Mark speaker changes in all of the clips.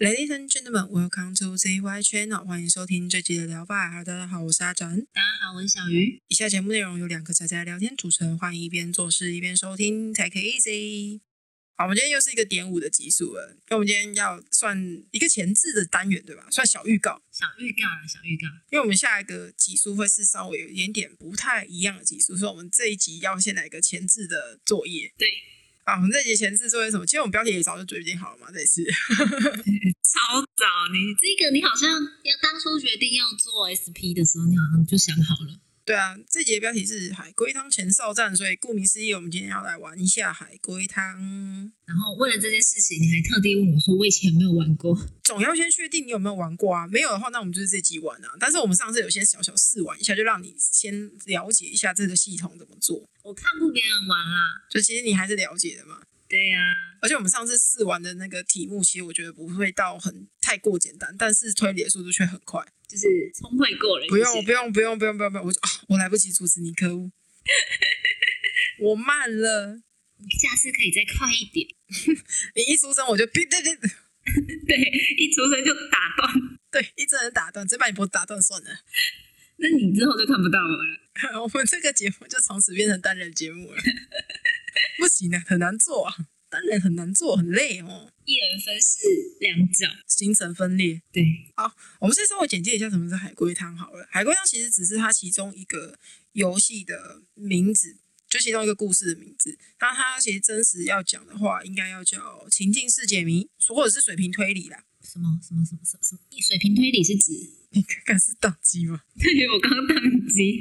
Speaker 1: Ladies and gentlemen, welcome to ZY Channel，欢迎收听这集的聊吧。Hello，大家好，我是阿展。
Speaker 2: 大家好，我是小鱼。
Speaker 1: 以下节目内容由两个仔仔聊天组成，欢迎一边做事一边收听，Take it easy。好，我们今天又是一个点五的集数了，因为我们今天要算一个前置的单元，对吧？算小预告，
Speaker 2: 小预告啦，小预告。
Speaker 1: 因为我们下一个集数会是稍微有一点点不太一样的集数，所以我们这一集要先来一个前置的作业。
Speaker 2: 对，
Speaker 1: 啊，我们这集前置作业是什么？其实我们标题也早就决定好了嘛，这次。
Speaker 2: 超早，你这个你好像要当初决定要做 SP 的时候，你好像就想好了。
Speaker 1: 对啊，这集的标题是海龟汤前哨战，所以顾名思义，我们今天要来玩一下海龟汤。
Speaker 2: 然后为了这件事情，你还特地问我说，我以前没有玩过。
Speaker 1: 总要先确定你有没有玩过啊，没有的话，那我们就是这集玩啊。但是我们上次有先小小试玩一下，就让你先了解一下这个系统怎么做。
Speaker 2: 我看过别人玩啦。
Speaker 1: 就其实你还是了解的嘛。
Speaker 2: 对啊呀、
Speaker 1: 而且我们上次试玩的那个题目，其实我觉得不会到很太过简单，但是推理的速度却很快。
Speaker 2: 就是聪慧过了一些。
Speaker 1: 不用，不用，不用，不用，不用，不用，我就啊，我来不及阻止你，可恶，我慢了。
Speaker 2: 下次可以再快一点。
Speaker 1: 你一出声我就哔哔哔。
Speaker 2: 对，一出生就打断，
Speaker 1: 对，一真人打断，直接把你脖子打断算了。
Speaker 2: 那你之后就看不到我了。
Speaker 1: 我们这个节目就从此变成单人节目了， 不行啊，很难做啊，单人很难做，很累哦，
Speaker 2: 一人分饰两角。
Speaker 1: 精神分裂。
Speaker 2: 对，
Speaker 1: 我们先稍微简介一下什么是海龟汤好了。海龟汤其实只是它其中一个游戏的名字，就其中一个故事的名字。那它其实真实要讲的话，应该要叫情境式解谜，或者是水平推理啦。
Speaker 2: 什么什么什么什么什么？水平推理是指？
Speaker 1: 你看看是宕机吗？
Speaker 2: 对，我刚宕机。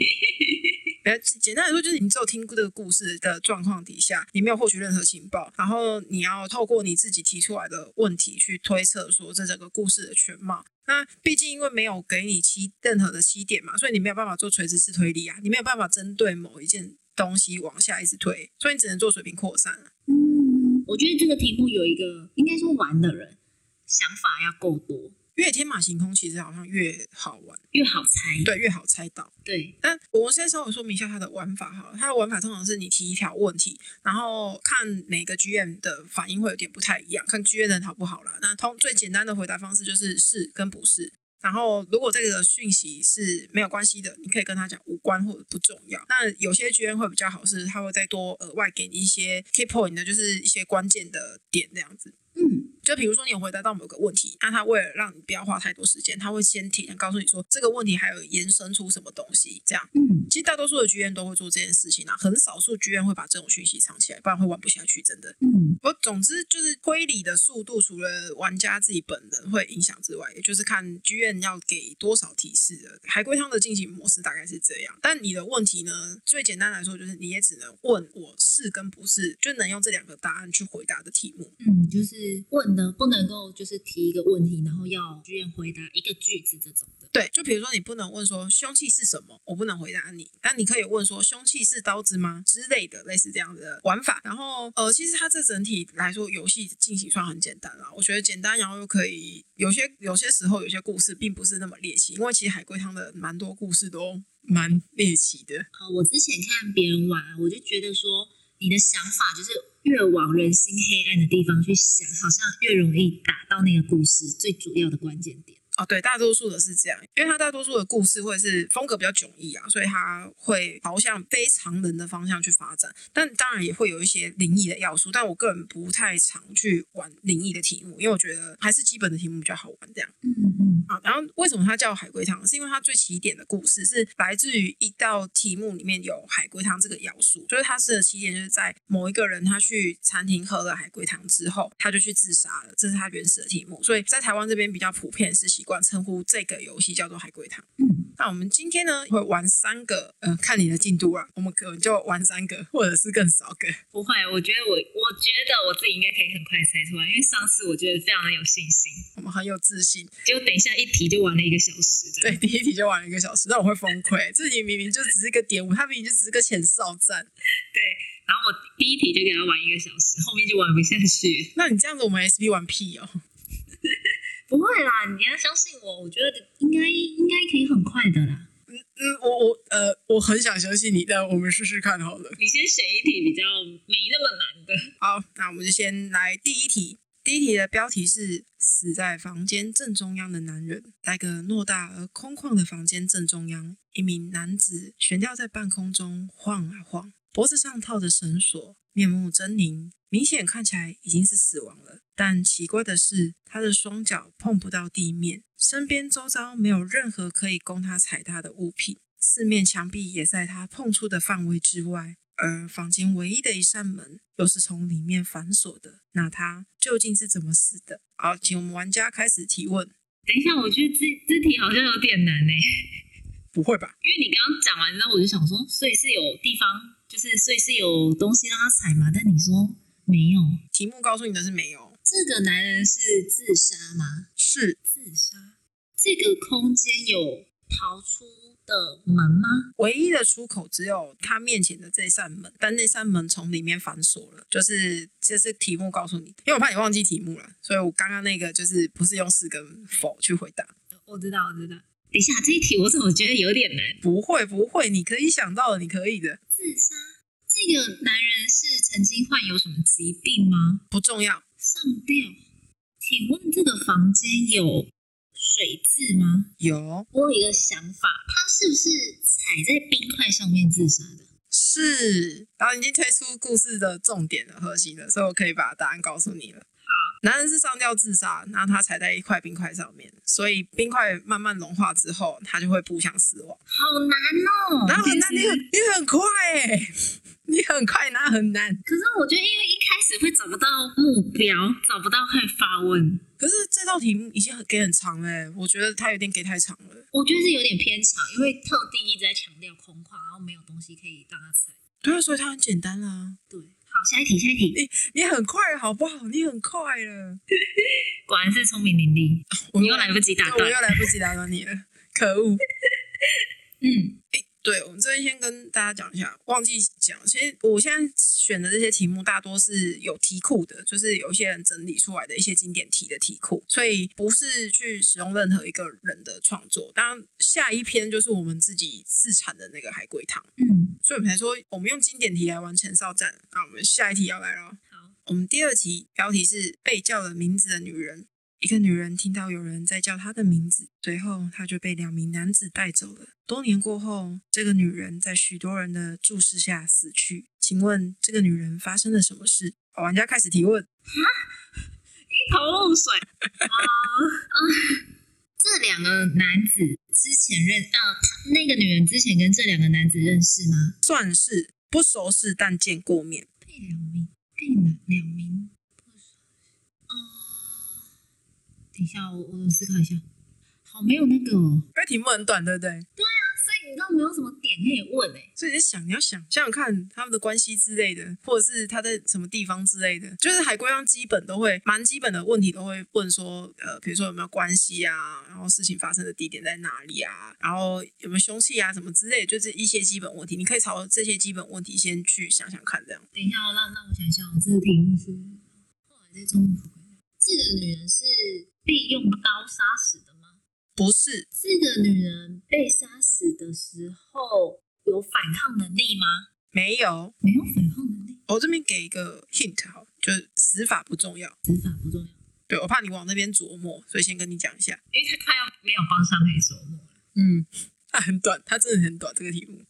Speaker 1: 呃，简简单来说，就是你只有听过这个故事的状况底下，你没有获取任何情报，然后你要透过你自己提出来的问题去推测说这整个故事的全貌。那毕竟因为没有给你起任何的起点嘛，所以你没有办法做垂直式推理啊，你没有办法针对某一件东西往下一直推，所以你只能做水平扩散、啊。
Speaker 2: 嗯，我觉得这个题目有一个，应该说玩的人想法要够多，
Speaker 1: 越天马行空，其实好像越好玩，
Speaker 2: 越好猜。
Speaker 1: 对，越好猜到。
Speaker 2: 对
Speaker 1: 那我们先稍微说明一下它的玩法好了，它的玩法通常是你提一条问题，然后看每个 GM 的反应会有点不太一样，看 GM 人好不好啦。那通最简单的回答方式就是是跟不是。然后，如果这个讯息是没有关系的，你可以跟他讲无关或者不重要。那有些 GM 会比较好，是他会再多额外给你一些 key point 的，就是一些关键的点这样子。
Speaker 2: 嗯，
Speaker 1: 就比如说你有回答到某个问题，那他为了让你不要花太多时间，他会先提前告诉你说这个问题还有延伸出什么东西这样。
Speaker 2: 嗯，
Speaker 1: 其实大多数的剧院都会做这件事情啊，很少数剧院会把这种讯息藏起来，不然会玩不下去，真的。
Speaker 2: 嗯，
Speaker 1: 我总之就是推理的速度，除了玩家自己本人会影响之外，也就是看剧院要给多少提示的。海龟汤的进行模式大概是这样，但你的问题呢，最简单来说就是你也只能问我是跟不是，就能用这两个答案去回答的题目。
Speaker 2: 嗯，就是问的不能够就是提一个问题，然后要剧院回答一个句子这种的。
Speaker 1: 对，就比如说你不能问说凶器是什么，我不能回答你，但你可以问说凶器是刀子吗之类的，类似这样的玩法。然后呃，其实它这整体来说，游戏进行算很简单啦，我觉得简单，然后又可以有些有些时候有些故事并不是那么猎奇，因为其实海龟汤的蛮多故事都蛮猎奇的。
Speaker 2: 呃，我之前看别人玩，啊我就觉得说你的想法就是越往人心黑暗的地方去想，好像越容易打到那个故事最主要的关键点。
Speaker 1: 哦，对，大多数的是这样，因为它大多数的故事会是风格比较迥异啊，所以它会朝向非常人的方向去发展。但当然也会有一些灵异的要素，但我个人不太常去玩灵异的题目，因为我觉得还是基本的题目比较好玩这样。
Speaker 2: 嗯嗯
Speaker 1: 啊，然后为什么它叫海龟汤？是因为它最起点的故事是来自于一道题目里面有海龟汤这个要素，就是它是起点就是在某一个人他去餐厅喝了海龟汤之后，他就去自杀了，这是他原始的题目。所以在台湾这边比较普遍是习惯称呼这个游戏叫做海龟汤。
Speaker 2: 嗯，
Speaker 1: 那我们今天呢会玩三个，呃，看你的进度啊，我们可能就玩三个，或者是更少个。
Speaker 2: 不会，我觉得我我觉得我自己应该可以很快猜出来，因为上次我觉得非常的有信心，
Speaker 1: 我们很有自信，
Speaker 2: 结果等一下一题就玩了一个小时。
Speaker 1: 对，，第一题就玩了一个小时，但我会崩溃。这题明明就只是个点五，它明明就只是个前哨战。
Speaker 2: 然后我第一题就给他玩一个小时，后面就玩不下去。
Speaker 1: 那你这样子，我们 SP 玩屁哦。
Speaker 2: 不会啦，你要相信我，我觉得应该应该可以很快的啦。
Speaker 1: 嗯，我我呃，我很想相信你，但我们试试看好了。
Speaker 2: 你先选一题比较没那么难的。
Speaker 1: 好，那我们就先来第一题。第一题的标题是“死在房间正中央的男人”。在一个偌大而空旷的房间正中央，一名男子悬吊在半空中晃啊晃，脖子上套着绳索，面目狰狞，明显看起来已经是死亡了。但奇怪的是，他的双脚碰不到地面，身边周遭没有任何可以供他踩踏的物品，四面墙壁也在他碰触的范围之外。而房间唯一的一扇门又是从里面反锁的，那他究竟是怎么死的？好，请我们玩家开始提问。
Speaker 2: 等一下，我觉得这这题好像有点难呢、
Speaker 1: 不会吧？
Speaker 2: 因为你刚刚讲完之后，我就想说，所以是有地方，就是所以是有东西让他踩嘛？但你说没有，
Speaker 1: 题目告诉你的是没有，
Speaker 2: 这个男人是自杀吗？
Speaker 1: 是
Speaker 2: 自杀，这个空间有逃出的门吗？
Speaker 1: 唯一的出口只有他面前的这扇门，但那扇门从里面反锁了，就是这是题目告诉你的，因为我怕你忘记题目了，所以我刚刚那个就是不是用是跟否去回答。
Speaker 2: 我知道，我知道。等一下，这一题我怎么觉得有点难？
Speaker 1: 不会不会，你可以想到的，你可以的，
Speaker 2: 自杀，这个男人是曾经患有什么疾病吗？
Speaker 1: 不重要。
Speaker 2: 上吊。请问这个房间有水渍吗？
Speaker 1: 有
Speaker 2: 我有一个想法，他是不是踩在冰块上面自杀的？
Speaker 1: 是，然后已经推出故事的重点了、核心了，所以我可以把答案告诉你了。好，男人是上吊自杀，然后他踩在一块冰块上面，所以冰块慢慢融化之后，他就会步向死亡。
Speaker 2: 好难哦！
Speaker 1: 然后很难，
Speaker 2: 其
Speaker 1: 你
Speaker 2: 实
Speaker 1: 很你很快哎、你很快，那很难。
Speaker 2: 可是我觉得，因为一开始会找不到目标，找不到可以发问，
Speaker 1: 可是这道题目已经很给很长哎、我觉得他有点给太长了。
Speaker 2: 我觉得是有点偏长，因为特地一直在强调空旷，然后没有东西可以让他踩。
Speaker 1: 对啊，所以它很简单啦。
Speaker 2: 对，好，下一题，下一题，
Speaker 1: 你很快了好不好？你很快了，
Speaker 2: 果然是聪明伶俐，
Speaker 1: 我
Speaker 2: 你又来不及打
Speaker 1: 对我
Speaker 2: 断
Speaker 1: 又。来不及打断你了，可恶。
Speaker 2: 嗯，
Speaker 1: 对，我们这边先跟大家讲一下，忘记讲，其实我现在选的这些题目大多是有题库的，就是有一些人整理出来的一些经典题的题库，所以不是去使用任何一个人的创作。当然，下一篇就是我们自己自产的那个海龟汤，
Speaker 2: 嗯，
Speaker 1: 所以我们才说我们用经典题来玩前哨战。那我们下一题要来了。
Speaker 2: 好，
Speaker 1: 我们第二题标题是“被叫了名字的女人”。一个女人听到有人在叫她的名字，随后她就被两名男子带走了。多年过后，这个女人在许多人的注视下死去。请问这个女人发生了什么事？好玩家开始提问。
Speaker 2: 一头雾水。啊啊！这两个男子之前认啊，他那个女人之前跟这两个男子认识吗？
Speaker 1: 算是不熟识，但见过面。
Speaker 2: 被两名，被哪两名？不是，呃，等一下，我我思考一下，好没有那个哦。
Speaker 1: 因为题目很短，对不对？
Speaker 2: 所以你都没有什么点可以问哎、
Speaker 1: 所以你想，你要想想想看他们的关系之类的，或者是他在什么地方之类的，就是海龟汤基本都会蛮基本的问题都会问说，呃，比如说有没有关系啊，然后事情发生的地点在哪里啊，然后有没有凶器啊什么之类的，就是一些基本问题，你可以朝这些基本问题先去想想看，这样
Speaker 2: 等一下哦，让让我想一下哦，我这个题目是后来在中国回来。这个女人是被用刀杀死的吗？
Speaker 1: 不是
Speaker 2: 这个女人被杀死的时候有反抗能力吗？
Speaker 1: 没有。
Speaker 2: 没有反抗能力，
Speaker 1: 我这边给一个 hint 好，就是死法不重要，
Speaker 2: 执法不重要，
Speaker 1: 对我怕你往那边琢磨，所以先跟你讲一下。
Speaker 2: 因为她快要没有方向可以琢磨了。
Speaker 1: 嗯，它很短，它真的很短这个题目。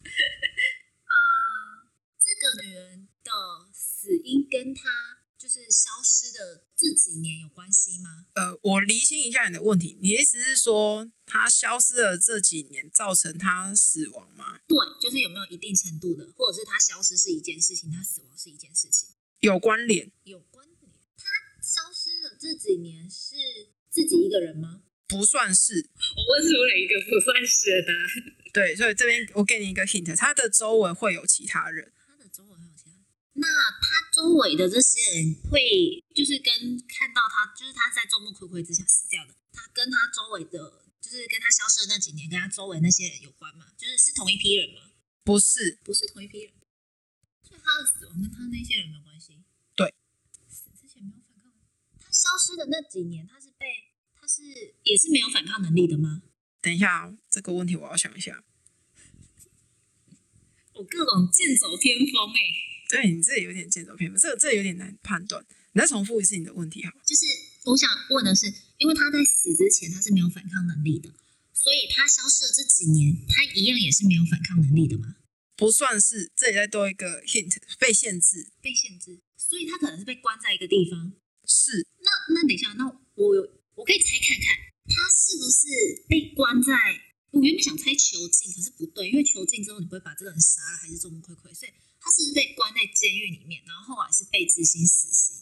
Speaker 2: 呃，这个女人的死因跟她就是消失的这几年有关系吗？
Speaker 1: 呃，我厘清一下你的问题，你的意思是说他消失了这几年，造成他死亡吗？
Speaker 2: 对，就是有没有一定程度的，或者是她消失是一件事情，她死亡是一件事情，
Speaker 1: 有关联？
Speaker 2: 有关联。她消失的这几年是自己一个人吗？
Speaker 1: 不算是。
Speaker 2: 我问出了一个不算是的答案。
Speaker 1: 对，所以这边我给你一个 hint，他的周围会有其他人。
Speaker 2: 她的周围还有其他人？那她周围的这些人会，就是跟看到她，就是她在众目睽睽之下死掉的，她跟她周围的，就是跟她消失的那几年，跟她周围那些人有关吗？就是是同一批人吗？
Speaker 1: 不是，
Speaker 2: 不是同一批人，所以他的死亡跟他那些人没有关系。
Speaker 1: 对，
Speaker 2: 死之前没有反抗。他消失的那几年，他是被他是也是没有反抗能力的吗？
Speaker 1: 等一下、哦，这个问题我要想一下。
Speaker 2: 我各种剑走偏锋哎、欸
Speaker 1: 对你这有点剑走偏锋，这这有点难判断。你再重复一次你的问题好了，
Speaker 2: 就是我想问的是，因为他在死之前他是没有反抗能力的，所以他消失的这几年，他一样也是没有反抗能力的嘛？
Speaker 1: 不算是这里再多一个 hint，被限制
Speaker 2: 被限制，所以他可能是被关在一个地方。
Speaker 1: 是
Speaker 2: 那那等一下，那我有我可以猜看看，他是不是被关在？我原本想猜囚禁，可是不对，因为囚禁之后你不会把这个人杀了，还是众目睽睽，所以他是不是被关在监狱里面，然后后来是被执行死刑？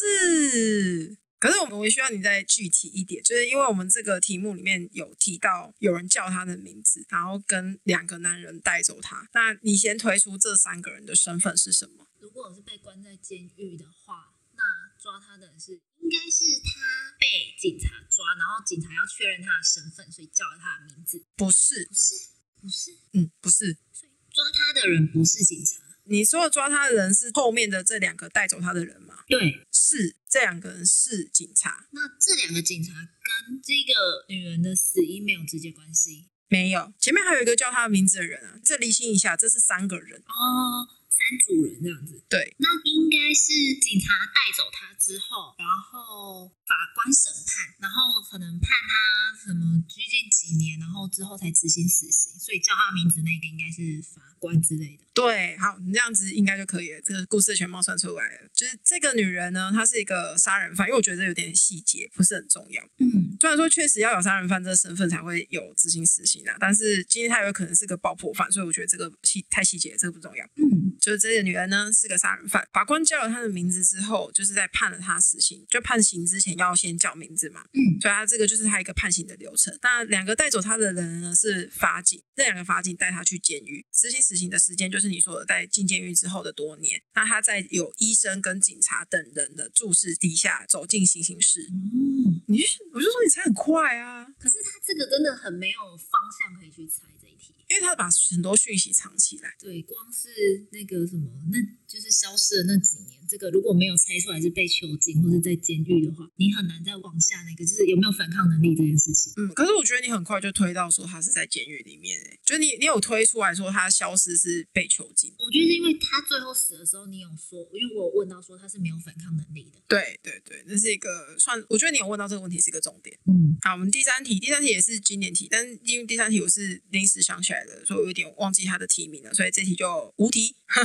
Speaker 1: 是。可是我们我需要你再具体一点，就是因为我们这个题目里面有提到有人叫他的名字，然后跟两个男人带走他。那你先推出这三个人的身份是什么？
Speaker 2: 如果我是被关在监狱的话，那抓他的人是应该是他被警察抓，然后警察要确认他的身份，所以叫了他的名字。
Speaker 1: 不是，
Speaker 2: 不是，不是，
Speaker 1: 嗯，不是。
Speaker 2: 所以抓他的人不是警察。
Speaker 1: 你说的抓他的人是后面的这两个带走他的人吗？
Speaker 2: 对，
Speaker 1: 是，这两个人是警察，
Speaker 2: 那这两个警察跟这个女人的死因没有直接关系
Speaker 1: 没有。前面还有一个叫他的名字的人啊，这厘清一下，这是三个人。
Speaker 2: 哦。三组人这样子，
Speaker 1: 对，
Speaker 2: 那应该是警察带走他之后，然后法官审判，然后可能判他什么拘禁几年，然后之后才执行死刑，所以叫他名字那个应该是法官之类的。
Speaker 1: 对，好，你这样子应该就可以了。这个故事全貌算出来了，就是这个女人呢，她是一个杀人犯，因为我觉得有点细节不是很重要。
Speaker 2: 嗯，
Speaker 1: 虽然说确实要有杀人犯这个身份才会有执行死刑啊，但是今天她有可能是个爆破犯，所以我觉得这个细太细节，这个不重要。
Speaker 2: 嗯，
Speaker 1: 就是这个女人呢是个杀人犯，法官叫了她的名字之后，就是在判了她死刑，就判刑之前要先叫名字嘛。
Speaker 2: 嗯，
Speaker 1: 所以他这个就是他一个判刑的流程。那两个带走他的人呢是法警，这两个法警带他去监狱，执行死刑的时间就是你说的在进监狱之后的多年。那他在有医生跟警察等人的注视底下走进行刑室。
Speaker 2: 哦，
Speaker 1: 你就我就说你猜很快啊，
Speaker 2: 可是他这个真的很没有方向可以去猜这一题。
Speaker 1: 因为他把很多讯息藏起来。
Speaker 2: 对，光是那个什么，那就是消失的那几年，这个如果没有猜出来是被囚禁或者在监狱的话，你很难再往下那个，就是有没有反抗能力这件事情。
Speaker 1: 嗯，可是我觉得你很快就推到说他是在监狱里面、欸，就你你有推出来说他消失是被囚禁。
Speaker 2: 我觉得是因为他最后死的时候，你有说，因为我有问到说他是没有反抗能力的。
Speaker 1: 对对对，那是一个算，我觉得你有问到这个问题是一个重点。
Speaker 2: 嗯，
Speaker 1: 好，我们第三题，第三题也是经典题，但因为第三题我是临时想起来的，所以我有点忘记它的题名了，所以这题就无题。
Speaker 2: 好，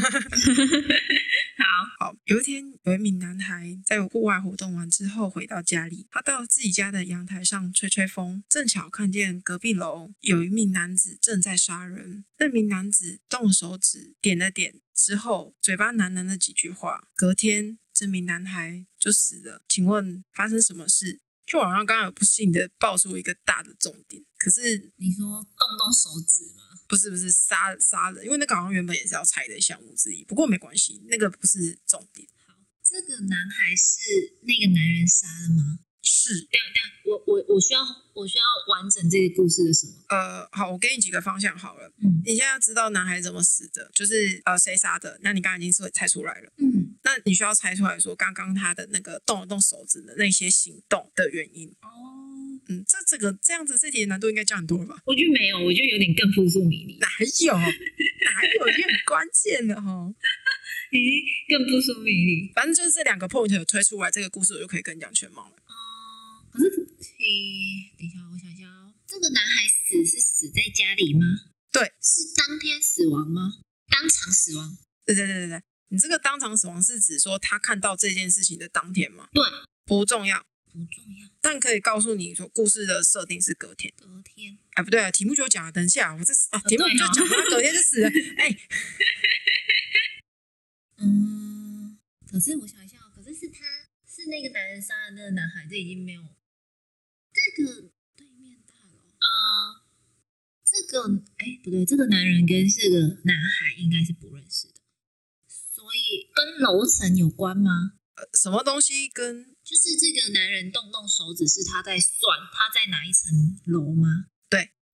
Speaker 1: 好，有一天有一名男孩在户外活动完之后回到家里，他到自己家的阳台上吹吹风，正巧看见隔壁楼有一名男子正在杀人，那名男子动手指点了点之后，嘴巴喃喃了几句话，隔天这名男孩就死了。请问发生什么事？就好像刚刚有不幸的爆出一个大的重点，可是
Speaker 2: 你说动动手指吗？
Speaker 1: 不是不是杀杀人，因为那个好像原本也是要拆的项目之一，不过没关系，那个不是重点，
Speaker 2: 好，这个男孩是那个男人杀的吗？
Speaker 1: 是
Speaker 2: 这样这样，我我我需要我需要完整这个故事的什么？
Speaker 1: 呃，好，我给你几个方向好了。
Speaker 2: 嗯
Speaker 1: 你现在要知道男孩怎么死的，就是呃谁杀的，那你刚刚已经是猜出来了。
Speaker 2: 嗯，
Speaker 1: 那你需要猜出来说刚刚他的那个动了动手指的那些行动的原因。
Speaker 2: 哦，
Speaker 1: 嗯，这这个这样子这题的难度应该降很多了吧？
Speaker 2: 我觉得没有，我觉得有点更扑朔迷离。
Speaker 1: 哪有哪有，这很关键的哈。
Speaker 2: 咦，更不说明理。
Speaker 1: 反正就是这两个 point 有推出来，这个故事我就可以跟你讲全貌了。
Speaker 2: 哦、可是，诶，等一下，我想一下哦。这个男孩死是死在家里吗？
Speaker 1: 对，
Speaker 2: 是当天死亡吗？当场死亡？
Speaker 1: 对对对对对，你这个当场死亡是指说他看到这件事情的当天吗？
Speaker 2: 对，
Speaker 1: 不重要，
Speaker 2: 不重要。
Speaker 1: 但可以告诉你说故事的设定是隔天。
Speaker 2: 隔天，
Speaker 1: 哎，不对啊，题目就有讲了，等一下，我这啊，题目
Speaker 2: 对
Speaker 1: 就
Speaker 2: 哦
Speaker 1: 讲了，隔天就死了。 哎、
Speaker 2: 嗯，可是我想一下哦，可是是他是那个男人杀的那个男孩，这已经没有这个对面大楼，呃，这个哎不对，这个男人跟这个男孩应该是不认识的，所以跟楼层有关吗？
Speaker 1: 呃什么东西跟
Speaker 2: 就是这个男人动动手指，是他在算他在哪一层楼吗？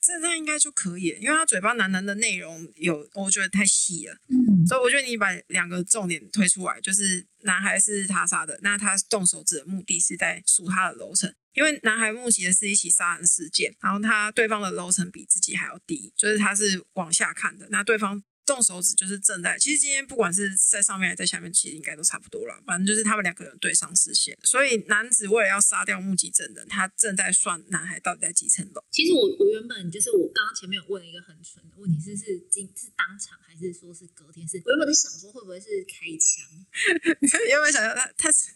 Speaker 1: 这那应该就可以了，因为他嘴巴喃喃的内容有，我觉得太细了，
Speaker 2: 嗯，
Speaker 1: 所以我觉得你把两个重点推出来，就是男孩是他杀的，那他动手指的目的是在数他的楼层。因为男孩目击的是一起杀人事件，然后他对方的楼层比自己还要低，就是他是往下看的，那对方动手指就是正在，其实今天不管是在上面还是在下面，其实应该都差不多了。反正就是他们两个人对上视线，所以男子为了要杀掉目击证人，他正在算男孩到底在几层楼。
Speaker 2: 其实我我原本就是我刚刚前面有问了一个很蠢的问题，是是今是当场还是说是隔天是？我原本在想说会不会是开枪？
Speaker 1: 有没有想到他他是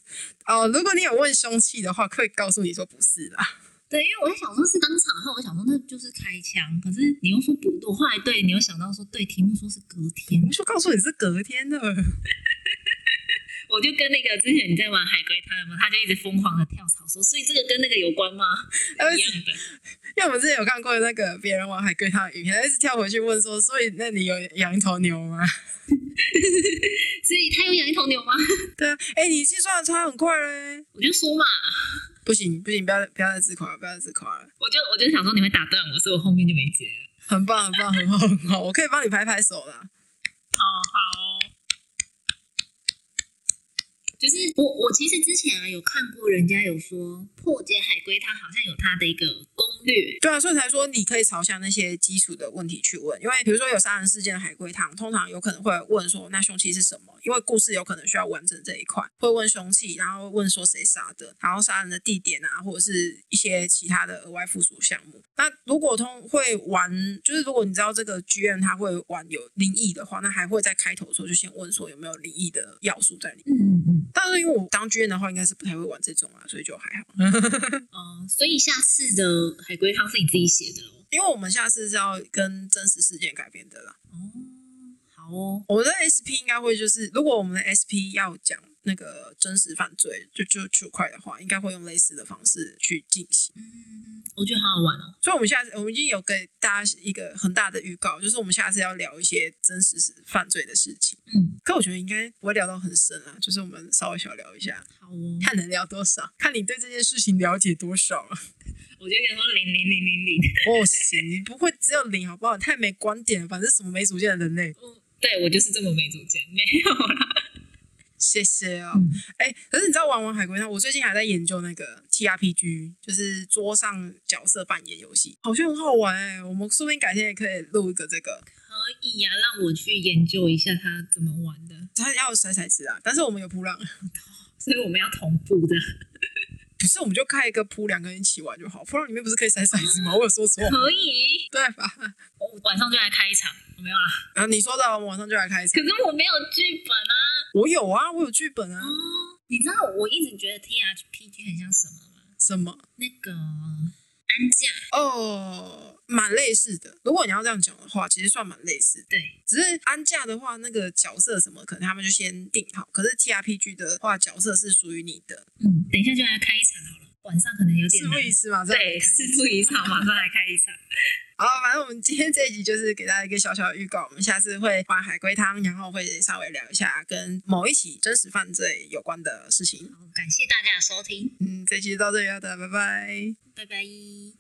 Speaker 1: 哦？如果你有问凶器的话，可以告诉你说不是啦。
Speaker 2: 对，因为我在想说是当场，后我想说那就是开枪，可是你又说不对，我后来对你又想到说对，题目说是隔天
Speaker 1: 我，们说告诉你是隔天的，
Speaker 2: 我就跟那个之前你在玩海龟汤有没有？他就一直疯狂的跳槽说，所以这个跟那个有关吗？
Speaker 1: 而
Speaker 2: 一
Speaker 1: 且
Speaker 2: 样的。
Speaker 1: 因为我们之前有看过那个别人玩海龟汤的影片，他一直跳回去问说，所以那你有养一头牛吗？
Speaker 2: 所以他有养一头牛吗？
Speaker 1: 对啊，哎、你计算的差很快嘞。
Speaker 2: 我就说嘛，
Speaker 1: 不行不行，不要再不要再自夸了，不要再自夸了，
Speaker 2: 我就我就想说你会打断我，所以我后面就没接了。
Speaker 1: 很棒很棒很好很好，我可以帮你拍拍手啦。
Speaker 2: 哦，好。就是我，我其实之前啊有看过人家有说破解海龟汤好像有它的一个攻略，
Speaker 1: 对啊，所以才说你可以朝向那些基础的问题去问，因为比如说有杀人事件的海龟汤，通常有可能会问说那凶器是什么，因为故事有可能需要完整这一块，会问凶器，然后问说谁杀的，然后杀人的地点啊，或者是一些其他的额外附属项目。那如果通会玩，就是如果你知道这个剧院它会玩有灵异的话，那还会在开头的时候就先问说有没有灵异的要素在里面。
Speaker 2: 嗯嗯嗯，
Speaker 1: 但是因为我当剧院的话，应该是不太会玩这种啊，所以就还好。
Speaker 2: 哦、所以下次的海龟汤是你自己写的哦。
Speaker 1: 因为我们下次是要跟真实事件改编的啦。
Speaker 2: 哦，好哦，
Speaker 1: 我们的 SP 应该会就是，如果我们的 SP 要讲那个真实犯罪，就就区块的话，应该会用类似的方式去进行。
Speaker 2: 嗯，我觉得好好玩哦。
Speaker 1: 所以，我们下次我们已经有给大家一个很大的预告，就是我们下次要聊一些真实犯罪的事情。
Speaker 2: 嗯，
Speaker 1: 可我觉得应该不会聊到很深啊，就是我们稍微小聊一下，
Speaker 2: 好哦，
Speaker 1: 看能聊多少，看你对这件事情了解多少 啊。
Speaker 2: 我就跟你说零零零零零，
Speaker 1: 不哦行，你不会只有零好不好？太没观点了，反正什么没主见的人类。
Speaker 2: 我哦对我就是这么没主见， 没有啦。
Speaker 1: 谢谢哦
Speaker 2: 嗯。
Speaker 1: 哎、可是你知道玩玩海龟汤，我最近还在研究那个 T R P G，就是桌上角色扮演游戏，好像很好玩哎、我们说不定改天也可以录一个这个，
Speaker 2: 可以呀、让我去研究一下它怎么玩的，
Speaker 1: 它要甩骰子啊，但是我们有扑浪，
Speaker 2: 所以我们要同步的。
Speaker 1: 不是我们就开一个扑，两个人一起玩就好。扑浪里面不是可以甩骰子吗？我有说错
Speaker 2: 可以，
Speaker 1: 对吧？
Speaker 2: 我晚上就来开一场，我没有啊，
Speaker 1: 然后你说的，我们晚上就来开一场
Speaker 2: 可是我没有剧本啊。
Speaker 1: 我有啊，我有剧本啊。
Speaker 2: 哦，你知道我一直觉得 T H P G 很像什么吗？
Speaker 1: 什么？
Speaker 2: 那个安家，
Speaker 1: 哦，蛮类似的。如果你要这样讲的话，其实算蛮类似的。
Speaker 2: 对，
Speaker 1: 只是安驾的话，那个角色什么，可能他们就先定好。可是 T R P G 的话，角色是属于你的，
Speaker 2: 嗯，等一下就来开一场好了，晚上可能有点
Speaker 1: 是
Speaker 2: 难
Speaker 1: 不意思嘛？这样
Speaker 2: 对，四处一场，马上来开一场。
Speaker 1: 好，反正我们今天这一集就是给大家一个小小的预告，我们下次会玩海龟汤，然后会稍微聊一下跟某一起真实犯罪有关的事情。
Speaker 2: 好，感谢大家的收听，
Speaker 1: 嗯，这期就到这里了，大家拜拜。
Speaker 2: 拜拜。